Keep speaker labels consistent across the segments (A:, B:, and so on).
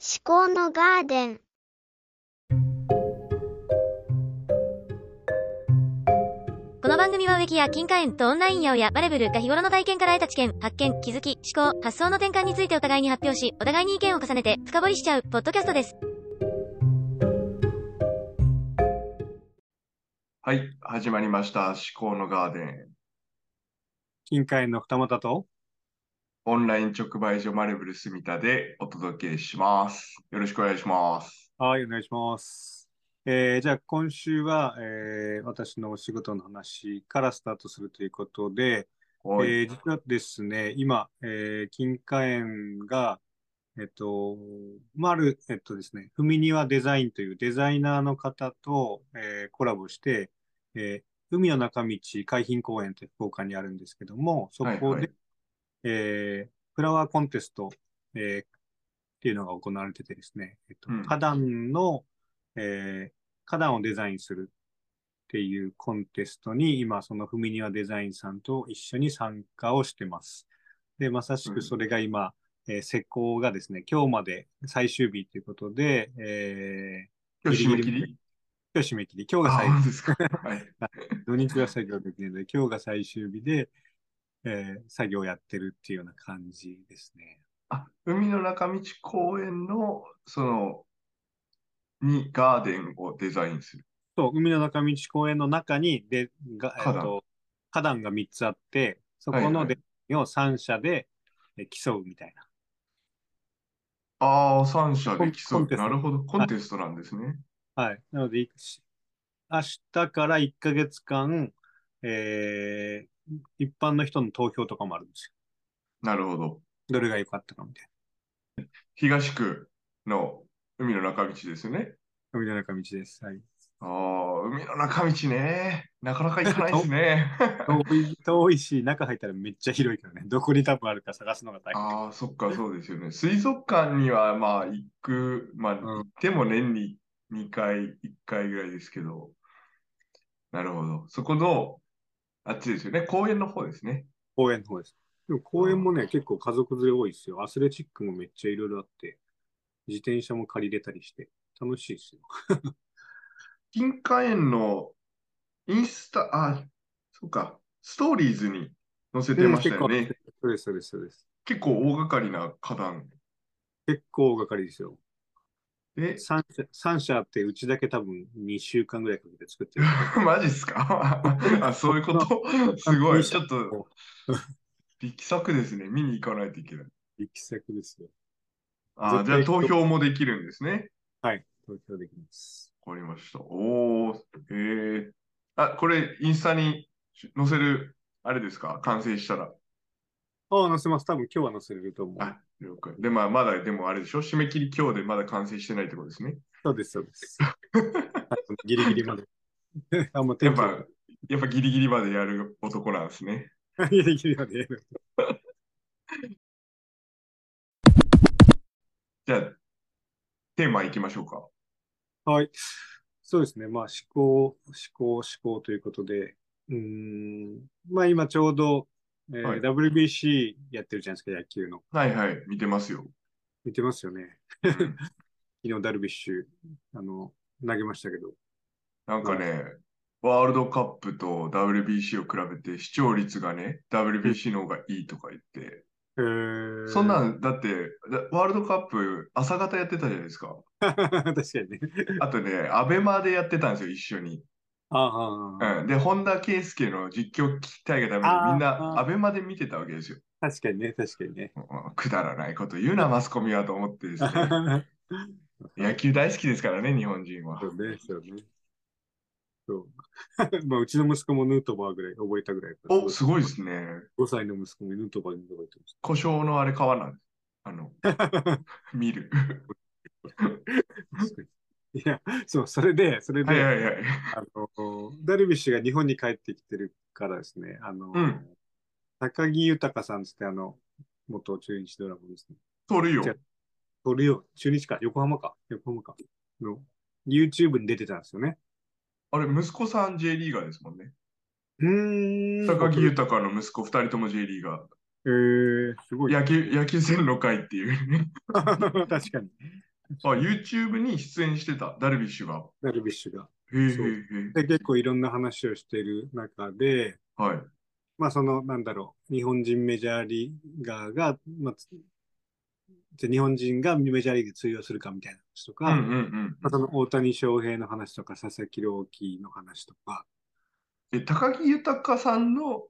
A: 至高のガーデン
B: この番組は植木や金貨園とオンラインや親、バレブルが日頃の体験から得た知見、発見、気づき、思考、発想の転換についてお互いに発表し、お互いに意見を重ねて深掘りしちゃう、ポッドキャストです。
C: はい、始まりました。至高のガーデン。
D: 金貨園の二股と、
C: オンライン直売所マレブルスミタでお届けします。よろしくお願いします。
D: はい、お願いします。えーじゃあ今週は、えー私のお仕事の話からスタートするということで、
C: はい、
D: えー実はですね、今、えー金貨園が、えっと、丸、えっとですね、ふみにはデザインというデザイナーの方と、えーコラボして、えー海の中道海浜公園って福岡にあるんですけども、そこで、
C: はいはい
D: えーフラワーコンテスト、えーっていうのが行われててですね、えっと
C: うん
D: 花壇の、えー花壇をデザインするっていうコンテストに、今、そのふみにはデザインさんと一緒に参加をしてます。で、まさし
C: うん
D: くそれが今、えー施工がですね、今日まで最終日ということで、えー
C: 今日締め切
D: ギリギリ
C: り
D: 今日締め切り、今日が
C: あ、
D: 最
C: 本当ですか。はい。
D: 土日は作業できるので、今日が最終日で、えー作業をやってるっていうような感じですね。
C: あ、海の中道公園の、その、にガーデンをデザインする。
D: そう、海の中道公園の中にで、がえっ
C: 花壇
D: と、花壇が3つあって、そこ
C: はいは
D: の
C: い
D: デザインを3社でえー競うみたいな。
C: ああ、三社で
D: コン
C: 競
D: コ
C: う。
D: ンテスト
C: なるほど。コンテストなんですね。
D: はい。なので、いし明日から1ヶ月間、えー一般の人の投票とかもあるんです
C: なるほど。
D: よ。どれが良かったかみたい
C: 東区の海の中道ですね。
D: な。海の中道です。はい。
C: ああ、海の中道ね。なかなか行かないですね。
D: 遠い、遠いし、中入ったらめっちゃ広いからね。どこに多分あるか探すのが大変。
C: ああ、そっか、そうですよね。水族館には、まあ、行く、まあ、行っても年に2回、1回ぐらいですけど。なるほど。そこの、あっちですよね。公園の方ですね。
D: 公園の方です。でも公園もね、結構家族連れ多いですよ。アスレチックもめっちゃいろいろあって、自転車も借りれたりして、楽しいですよ。
C: 金華園のインスタ、あ、そうか、ストーリーズに載せてましたよね。
D: そうです、そうです、そうです。
C: 結構大掛かりな花壇。
D: 結構大掛かりですよ。
C: え、
D: 3社、三社あって、うちだけ多分2週間ぐらいかけて作ってる。
C: マジっすか あ、そういうことすごい。ちょっと
D: と。
C: 力作ですね。見に行かないといけない。
D: 力作ですよ。
C: あーじゃあ
D: 絶対
C: 投
D: 行くと
C: 票もできるんですね。
D: はい。投票できます。
C: わかりました。おー、へえ。あ、これ、インスタに載せる、あれですか完成したら。
D: ああ、載せます。多分今日は載せれると思う
C: あ。、了解。で、まあ、まだ、でもあれでしょ締め切り今日でまだ完成してないってことですね。
D: そうです、そ うです。ギリギリまで。あ、もう
C: や
D: 天
C: っ
D: 気
C: ぱ、やっぱギリギリまでやる男なんですね。
D: ギリギリまでやる。
C: じゃあ、テーマ行きましょうか。
D: はい。そうですね。まあ、思考、思考、思考ということで、うーん、まあ今ちょうど、えー
C: はい
D: WBC やってるじゃないですか、野球の。
C: はいはい、見てますよ。
D: 見てますよね。
C: うん
D: 昨日ダルビッシュ、あの、投げましたけど。
C: なんかね、ワールドカップと WBC を比べて視聴率がね、WBC の方がいいとか言って、
D: えー
C: そんなん、だって、だワールドカップ朝方やってたじゃないですか。
D: 確かにね。
C: あとね、アベマでやってたんですよ、一緒に。
D: ああああ、
C: うん、で、本田圭佑の実況聞きたいがために
D: あー
C: みん
D: あ
C: な
D: ー
C: アベマで見てたわけですよ。
D: 確かにね、確かにね。
C: うんくだらないこと言うな、マスコミはと思ってですね。 野球大好きですからね、日本人は
D: そ。うね、そうね。そう。 まあ、うちの息子もヌートバーぐらい、覚えたぐらい。
C: お、すごいですね。
D: 5歳の息子もヌートバーに覚えてました。
C: 故障のあれ買わない。あ の、見る。
D: 確かにいや、そう、それで、それで、
C: はいはいはい。
D: あの、ダルビッシュが日本に帰ってきてるからですね、あの、
C: うん
D: 高木豊さんつって、あの、元中日ドラゴンですね。
C: 取るよ
D: じゃ。それを、中日か、横浜か、横浜か、の、YouTube に出てたんですよね。
C: あれ、息子さん J リーガーですもんね。
D: うーん。
C: 高木豊の息子2人とも J リーガー。
D: えー、すごい。
C: 野球、野球戦の会っていうね。
D: 確かに。
C: あ、YouTube に出演してた、ダルビッシュが。
D: ダルビッシュが。
C: へえへ
D: そう
C: えへ
D: で、結構いろんな話をしてる中で、
C: え。はい。
D: まあその、なんだろう、日本人メジャーリーガーが、まあ、つじゃあ日本人がメジャーリーグで通用するかみたいな話とか、
C: うんうんうん。
D: まあ、その大谷翔平の話とか、佐々木朗希の話とか、
C: え、高木豊さんの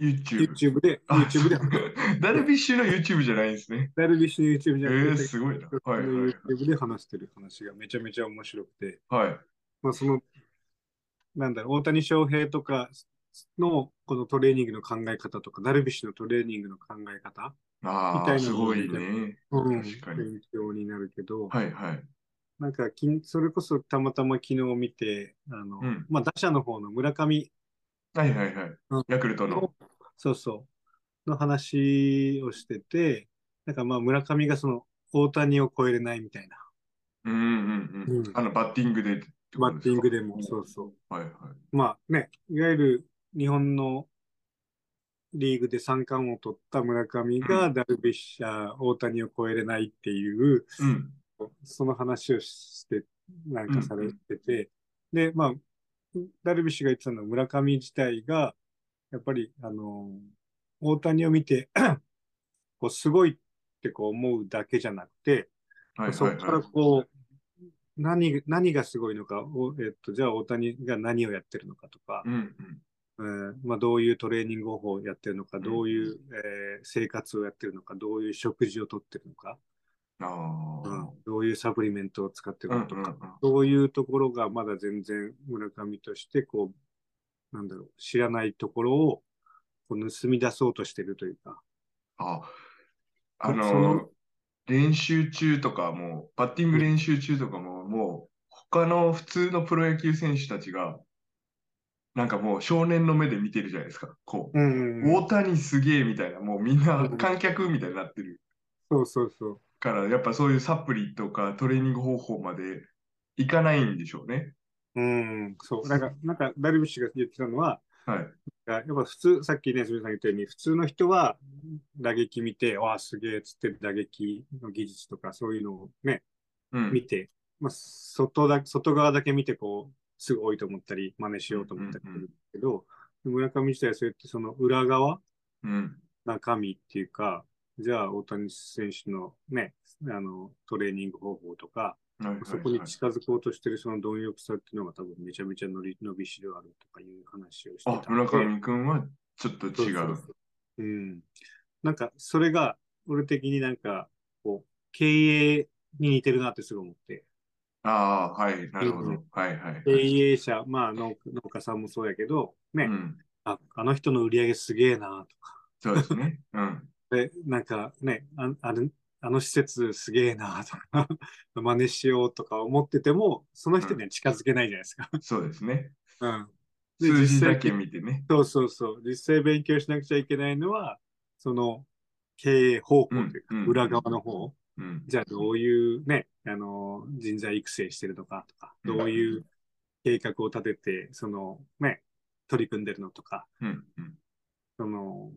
C: YouTube。
D: YouTube で、
C: あ
D: YouTube で、
C: ダルビッシュの YouTube じゃないんですね。
D: ダルビッシュの YouTube じ
C: え
D: ゃなく
C: ー、
D: て、
C: すごいな。
D: の
C: はいはい
D: YouTube で話してる話がめちゃめちゃ面白くて、
C: はい。
D: まあその、なんだろう、大谷翔平とかのこのトレーニングの考え方とか、ダルビッシュのトレーニングの考え方、
C: あ
D: み
C: あ、
D: たいな
C: すごいね。
D: うん
C: 確かに
D: 勉強になるけど、
C: はいはい。
D: なんかきん、それこそたまたま昨日見て、あの、
C: うん
D: まあ打者の方の村上
C: はいはいはい
D: うん。
C: ヤクルトの
D: の。、そうそう、の話をしてて、なんかまあ村上がその大谷を超えれないみたいな、
C: うんうんうん
D: う。ん
C: あの、バッティングでってこ
D: バ
C: と
D: ッ
C: ですか。
D: ティングでも、そうそう。
C: はいはい。
D: まあね、いわゆる日本のリーグで三冠を取った村上がダルビッシャー、大谷を超えれないっていう、
C: うん。
D: その話をして、なんかされてて、で、まあ、ダルビッシュが言ってたのは村上自体が、やっぱり、あの、大谷を見て、 こう、すごいってこう思うだけじゃなくて、
C: はい
D: そ
C: は
D: こ
C: い
D: から
C: はい。
D: こう、何、何がすごいのか、おえっと、じゃあ大谷が何をやってるのかとか
C: う、んうん。
D: うんまあ、どういうトレーニング方法をやってるのか、
C: ん
D: どういう、えー生活をやってるのか、どういう食事をとってるのか、
C: ああ。
D: うんどういうサプリメントを使ってるのかと
C: うんうん
D: か、
C: うん
D: どういうところがまだ全然村上として、こう、なんだろう、知らないところをこう盗み出そうとしてるというか、
C: あ、あ
D: そ
C: の
D: の、
C: 練習中とかも、バッティング練習中とかも、もう、他の普通のプロ野球選手たちが、なんかもう少年の目で見てるじゃないですか。こ
D: う
C: う、
D: んうんうん
C: 大谷すげえみたいな、もうみんな
D: うん
C: 観客みたいになってる
D: そうそうそう。
C: から、やっぱそういうサプリとかトレーニング方法までいかないんでしょうね。
D: うん、そう。なんか、なんか、ダルビッシュが言ってたのは、
C: はい。
D: やっぱ普通、さっきね、すみさん言ったように、普通の人は打撃見て、わあ、すげえっつって打撃の技術とかそういうのをね、
C: うん。
D: 見て、まあ、外だ、外側だけ見て、こう、すぐ多いと思ったり、真似しようと思ったりするけど、村上自体はそうやってその裏側、
C: うん。
D: 中身っていうか、じゃあ大谷選手のね、あの、トレーニング方法とか、
C: はいはい
D: そこに
C: はい。
D: 近づこうとしてるその貪欲さっていうのが多分めちゃめちゃ伸び伸びしろあるとかいう話をして
C: あ、
D: たん
C: 村
D: で。
C: 上くんはちょっと
D: そう
C: 違
D: そう
C: う。
D: そううん。なんか、それが、俺的になんか、こう、経営に似てるなってすごい思って。
C: ああ、はい、なるほ
D: う
C: ど。はいはいはい。
D: 経営者、まあ農、農家さんもそうやけど、ね、
C: うん。
D: あ、あの人の売り上げすげえなとか、
C: そうですね。うん。
D: で、なんかね、ああれあの施設すげえなとか、真似しようとか思ってても、その人には近づけないじゃないですか。
C: そうですね。
D: うん。で
C: 数字だ
D: 実
C: け
D: 際
C: 見てね。
D: そうそうそう。実際勉強しなくちゃいけないのは、その、経営方法というか
C: うんうん、
D: 裏側の方。
C: うん。
D: じゃあどういうね、あの、人材育成してるのかとか、
C: うん
D: どういう計画を立てて、そのね、取り組んでるのとか、
C: うん。うん。
D: その、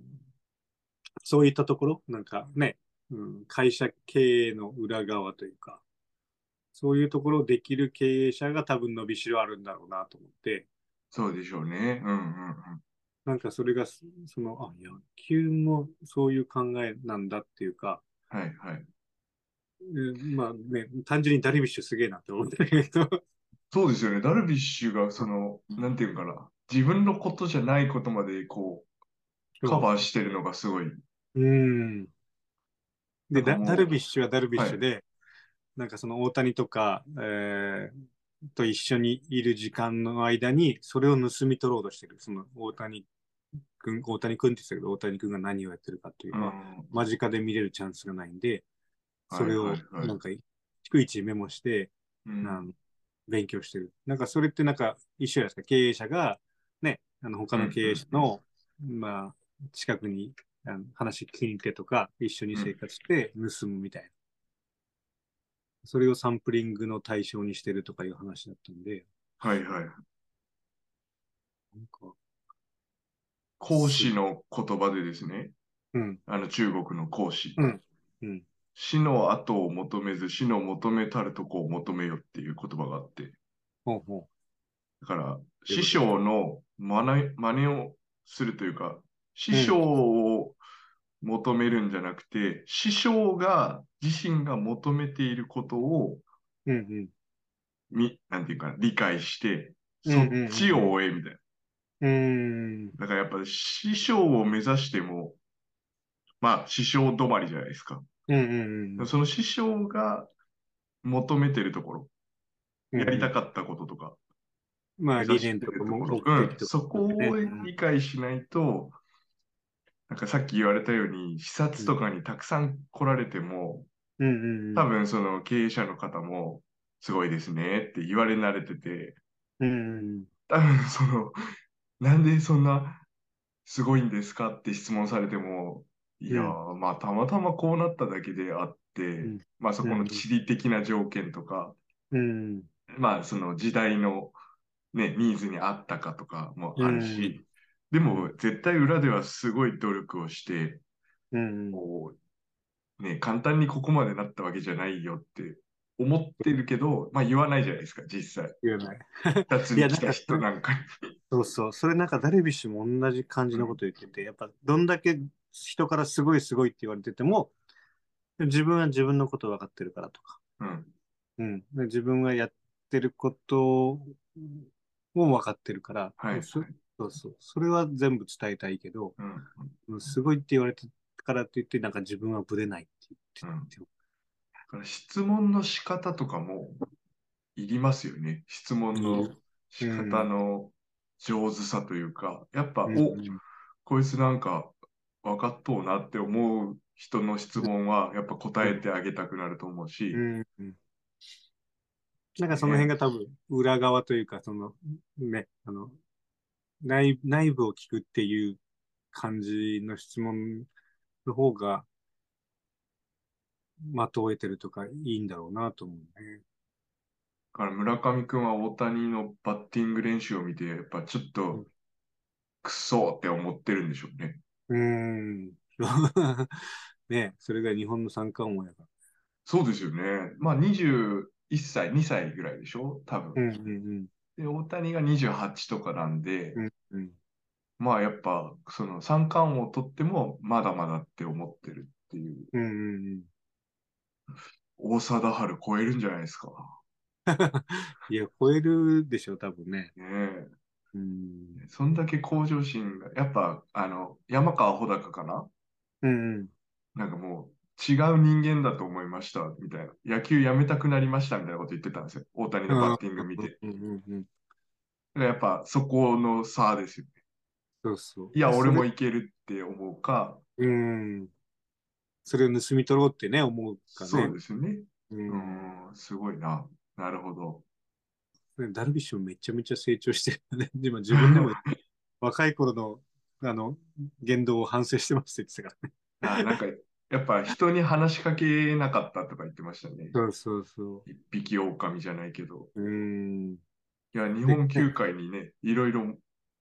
D: そういったところ、なんかね、うん、会社経営の裏側というか、そういうところをできる経営者が多分伸びしろあるんだろうなと思って、
C: そうでしょうね。うんうんうん。
D: なんかそれが、そその、あ、野球もそういう考えなんだっていうか、
C: はいはい。
D: うんまあね、単純にダルビッシュすげえなって思ったけど、
C: そうですよね。ダルビッシュが、その、なんていうのかな。自分のことじゃないことまで、こう、カバーしてるのがすごい。
D: うん。
C: な
D: で、
C: んか
D: ダ
C: もう
D: ダルビッシュはダルビッシュで、なんかその大谷とか、えーと一緒にいる時間の間に、それを盗み取ろうとしてる。その大谷君、大谷君って言ってたけど、大谷君が何をやってるかっていう
C: うん
D: のは、間近で見れるチャンスがないんで、それ
C: は
D: を
C: いはいはい
D: なんか、逐一メモして、
C: うん
D: あの勉強してる。なんかそれってなんか一緒じゃないですか。経営者が、ね、あの他の経営者の、まあ、近くにあの話聞きに行ってとか、一緒に生活して盗むみたいな。それをサンプリングの対象にしてるとかいう話だったんで、
C: はいはい。
D: なんか、
C: 講師の言葉でですね。
D: うん、
C: あの、中国の講師。
D: うんうん
C: 死の後を求めず、死の求めたるとこを求めよっていう言葉があって、
D: ほうほ
C: だから、
D: ということ
C: 師匠の真似真似をするというか、師匠を求めるんじゃなくて、師匠が自身が求めていることを、
D: う。うんうん。
C: みなんていうかな、理解して、
D: うん
C: そっ
D: うんうん
C: ちを追えみたいな。
D: うーん。
C: だからやっぱ師匠を目指しても、まあ師匠止まりじゃないですか。
D: うんうんうん。
C: その師匠が求めてるところ、やりた
D: く
C: かったこととか、
D: まあ、
C: 目指
D: 理
C: して
D: 念
C: る
D: と
C: とこ
D: か目
C: ろ
D: 的
C: うん、
D: とか。
C: そこを理解しないと、なんかさっき言われたように、視察とかにたくさん来られても、
D: うんうんうん。
C: 多分その経営者の方も、すごいですねって言われ慣れてて、
D: うんうん
C: 多分その、なんでそんなすごいんですかって質問されても、いやー、まあたまたまこうなっただけであって、
D: ん
C: まあそこの地理的な条件とか、
D: うん。うん。
C: まあ、その時代の、ね、ニーズに合ったかとかもあるし、でも絶対裏ではすごい努力をして、
D: うんうん。
C: こう、ね、簡単にここまでなったわけじゃないよって思ってるけど、まあ言わないじゃないですか、実際。
D: 言えない。
C: 二つに来た人なんかに。
D: そうそう。それなんかダルビッシュも同じ感じのこと言ってて、やっぱどんだけ人からすごいすごいって言われてても、自分は自分のこと分かってるからとか、
C: うん。
D: うん。で自分がやってることも分かってるから、
C: はい。
D: そそうそう。それは全部伝えたいけど、
C: うん。
D: うんすごいって言われたからって言って、なんか自分はぶれないって言ってて。
C: だから質問の仕方とかもいりますよね。質問の仕方の上手さというか、やっぱ、
D: うん
C: お、こいつなんか分かっとうなって思う人の質問はやっぱ答えてあげたくなると思うし、
D: うんうんなんかその辺が多分裏側というか、そのね、あの、内内部を聞くっていう感じの質問の方が、まとえてるとかいいんだろうなと思うね。
C: だから村上君は大谷のバッティング練習を見て、やっぱちょっとくそーって思ってるんでしょうね。
D: うーん。 ね、それが日本の三冠王やか
C: そうですよね。まあ21歳、2歳ぐらいでしょ多
D: ら。う
C: 分。
D: んうん
C: で、大谷が28とかなんで、
D: うん。うん
C: まあやっぱその三冠王を取ってもまだまだって思ってるっていう、
D: うんうんうん。
C: 大貞治超えるんじゃないですか。
D: いや、超えるでしょ、多分ね。
C: ねえ。
D: うん。
C: そんだけ向上心が、やっぱ、あの、山川穂高かな
D: うんうん。
C: なんかもう、違う人間だと思いました、みたいな。野球やめたくなりました、みたいなこと言ってたんですよ。大谷のバッティング見て。
D: うんうんうん。
C: だからやっぱ、そこの差ですよね。
D: そうそう。
C: いや、俺
D: そ
C: も
D: れ。
C: いけるって思うか、
D: うん。それを盗み取ろうってね、思うかね。
C: そうですよね。
D: う。
C: うんん、すごいな。なるほど。
D: ダルビッシュもめちゃめちゃ成長してるね。 今自分で も若い頃の、あの、言動を反省してますって言ってたからね。
C: あなんか、やっぱ人に話しかけなかったとか言ってましたね。
D: そうそうそ
C: 一匹狼じゃないけど。
D: う。うん。
C: いや、日本球界にね、いろいろ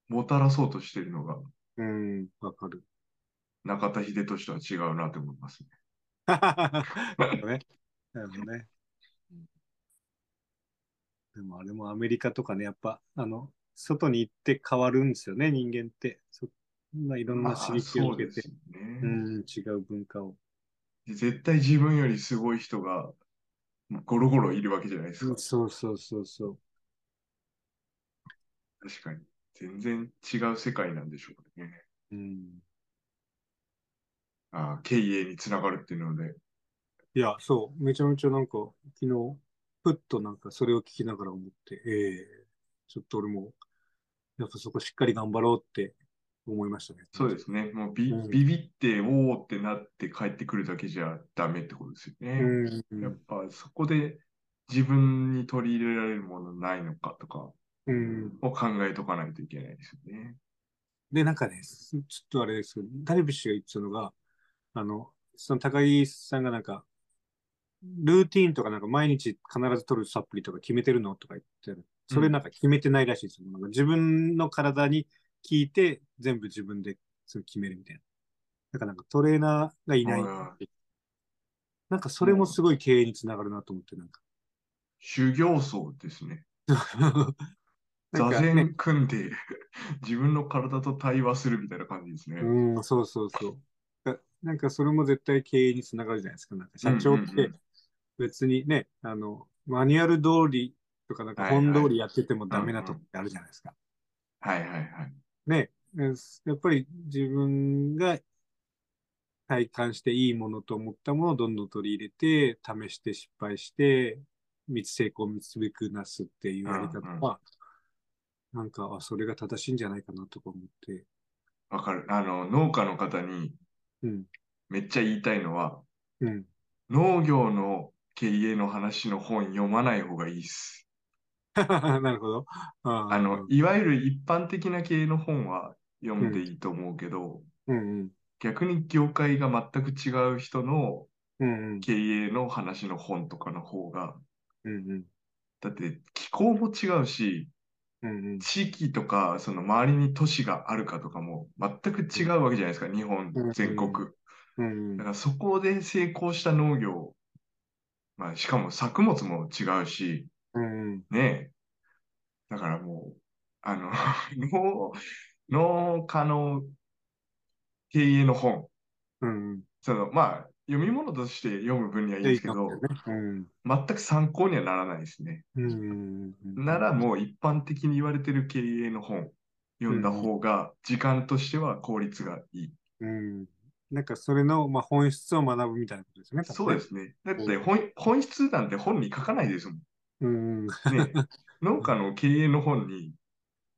C: もたらそうとしてるのが、
D: うん。わかる。
C: 中田秀俊とは違うなと思いますね。
D: なるほどね。なるほどね。でもあれもアメリカとかね、やっぱ、あの、外に行って変わるんですよね、人間って。そまあ、いろんな刺激を受けて
C: そ、うです
D: う
C: よね
D: ん、違う文化を。
C: で絶対自分よりすごい人がゴロゴロいるわけじゃないですか。
D: そうそうそうそう。
C: 確かに。全然違う世界なんでしょうね。
D: うん、
C: ああ経営につながるっていうので。
D: いや、そう、めちゃめちゃなんか、昨日、ふっとなんかそれを聞きながら思って、ええちょっと俺も、やっぱそこしっかり頑張ろうって思いましたね。
C: そうですね。もうビ,、
D: うん
C: ビビって、おおってなって帰ってくるだけじゃダメってことですよ
D: う
C: ね。
D: ん。
C: やっぱそこで自分に取り入れられるものないのかとか
D: うん。
C: を考えとかないといけないですよね。
D: で、なんかね、すちょっとあれですけど、ダルビッシュが言ってたのが、あの、その高木さんがなんか、ルーティーンとかなんか毎日必ず取るサプリとか決めてるのとか言ってる。それなんか決めてないらしいですよ。なんか自分の体に効いて全部自分でそれ決めるみたいな。だからなんかトレーナーがいない。
C: うん
D: なんかそれもすごい経営につながるなと思って、なんか。
C: 修行僧ですね。
D: な
C: 座
D: んかね
C: 禅組んで、 自分の体と対話するみたいな感じですね。
D: うん、そうそうそう。だなんかそれも絶対経営につながるじゃないですか。なんか社長っ
C: うんうんう
D: て
C: ん
D: 別にね、あの、マニュアル通りとかなんか
C: はいはい
D: 本通りやっててもダメなとこってあるじゃないですか。
C: はいはいはい。
D: ね、うんやっぱり自分が体感していいものと思ったものをどんどん取り入れて、試して失敗して、三つ成功三つべくなすっていうやり方
C: うんうん
D: は、なんか、あそれが正しいんじゃないかなとか思って。
C: わかる。あの、農家の方に
D: うん、
C: めっちゃ言いたいのは、
D: うん。
C: 農業の経営の話の本読まない方がいいっす。
D: なるほど。あー
C: あの、、いわゆる一般的な経営の本は読んでいいと思うけど、
D: うんうん。
C: 逆に業界が全く違う人の
D: うんうん。
C: 経営の話の本とかの方が、
D: うんうん。
C: だって気候も違うし、
D: うんうん。
C: 地域とか、その周りに都市があるかとかも全く違うわけじゃないですか、日本
D: うん
C: 全国。
D: うん
C: だからそこで成功した農業、まあしかも作物も違うし、
D: うん。
C: ねえ。だからもう、あの、 農、農家の経営の本、
D: うん。
C: その、まあ読み物として読む分にはいいんですけど、
D: うん。
C: 全く参考にはならないですね。
D: うん。
C: ならもう一般的に言われてる経営の本読んだ方が時間としては効率がいい。
D: うん。なんかそれの、まあ、本質を学ぶみたいなことですよね。。
C: そうですすね。だって本本質なんて本に書かないですもん。
D: うん。
C: ね、 農家の経営の本に、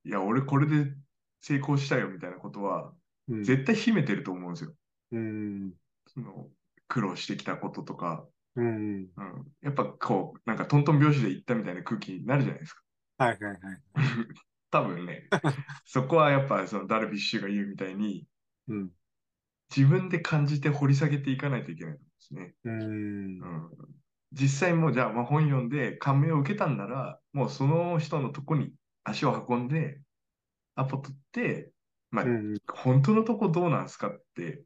C: いや、俺これで成功したよみたいなことは
D: うん
C: 絶対秘めてると思うんですよ。
D: うん。
C: その苦労してきたこととか、
D: うん。
C: うん、やっぱこう、なんかトントン拍子で行ったみたいな空気になるじゃないです か。
D: はいはいはい。
C: 多分ね、そこはやっぱそのダルビッシュが言うみたいに、
D: うん。
C: 自分で感じて掘り下げていかないといけないと思うんですね。
D: うん
C: う。ん、実際もうじゃあまあ本読んで感銘を受けたんなら、もうその人のとこに足を運んで、アポ取って、まあ、
D: うん。
C: 本当のとこどうなんすかって、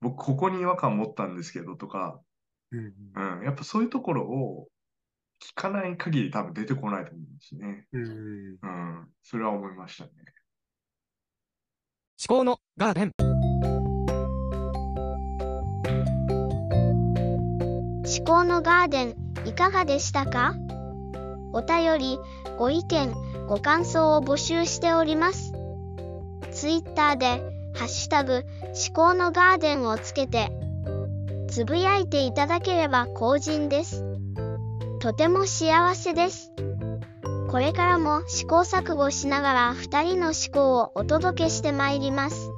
C: 僕ここに違和感持ったんですけどとか、
D: うん。
C: うん、やっぱそういうところを聞かない限り多分出てこないと思うんですね。
D: うん。
C: うん、それは思いましたね。
A: 思考のガーデン。
E: 思考のガーデンいかがでしたかお便りご意見ご感想を募集しておりますツイッターで「ハッシュタグ思考のガーデン」をつけてつぶやいていただければ幸甚ですとても幸せですこれからも試行錯誤しながら2人の思考をお届けしてまいります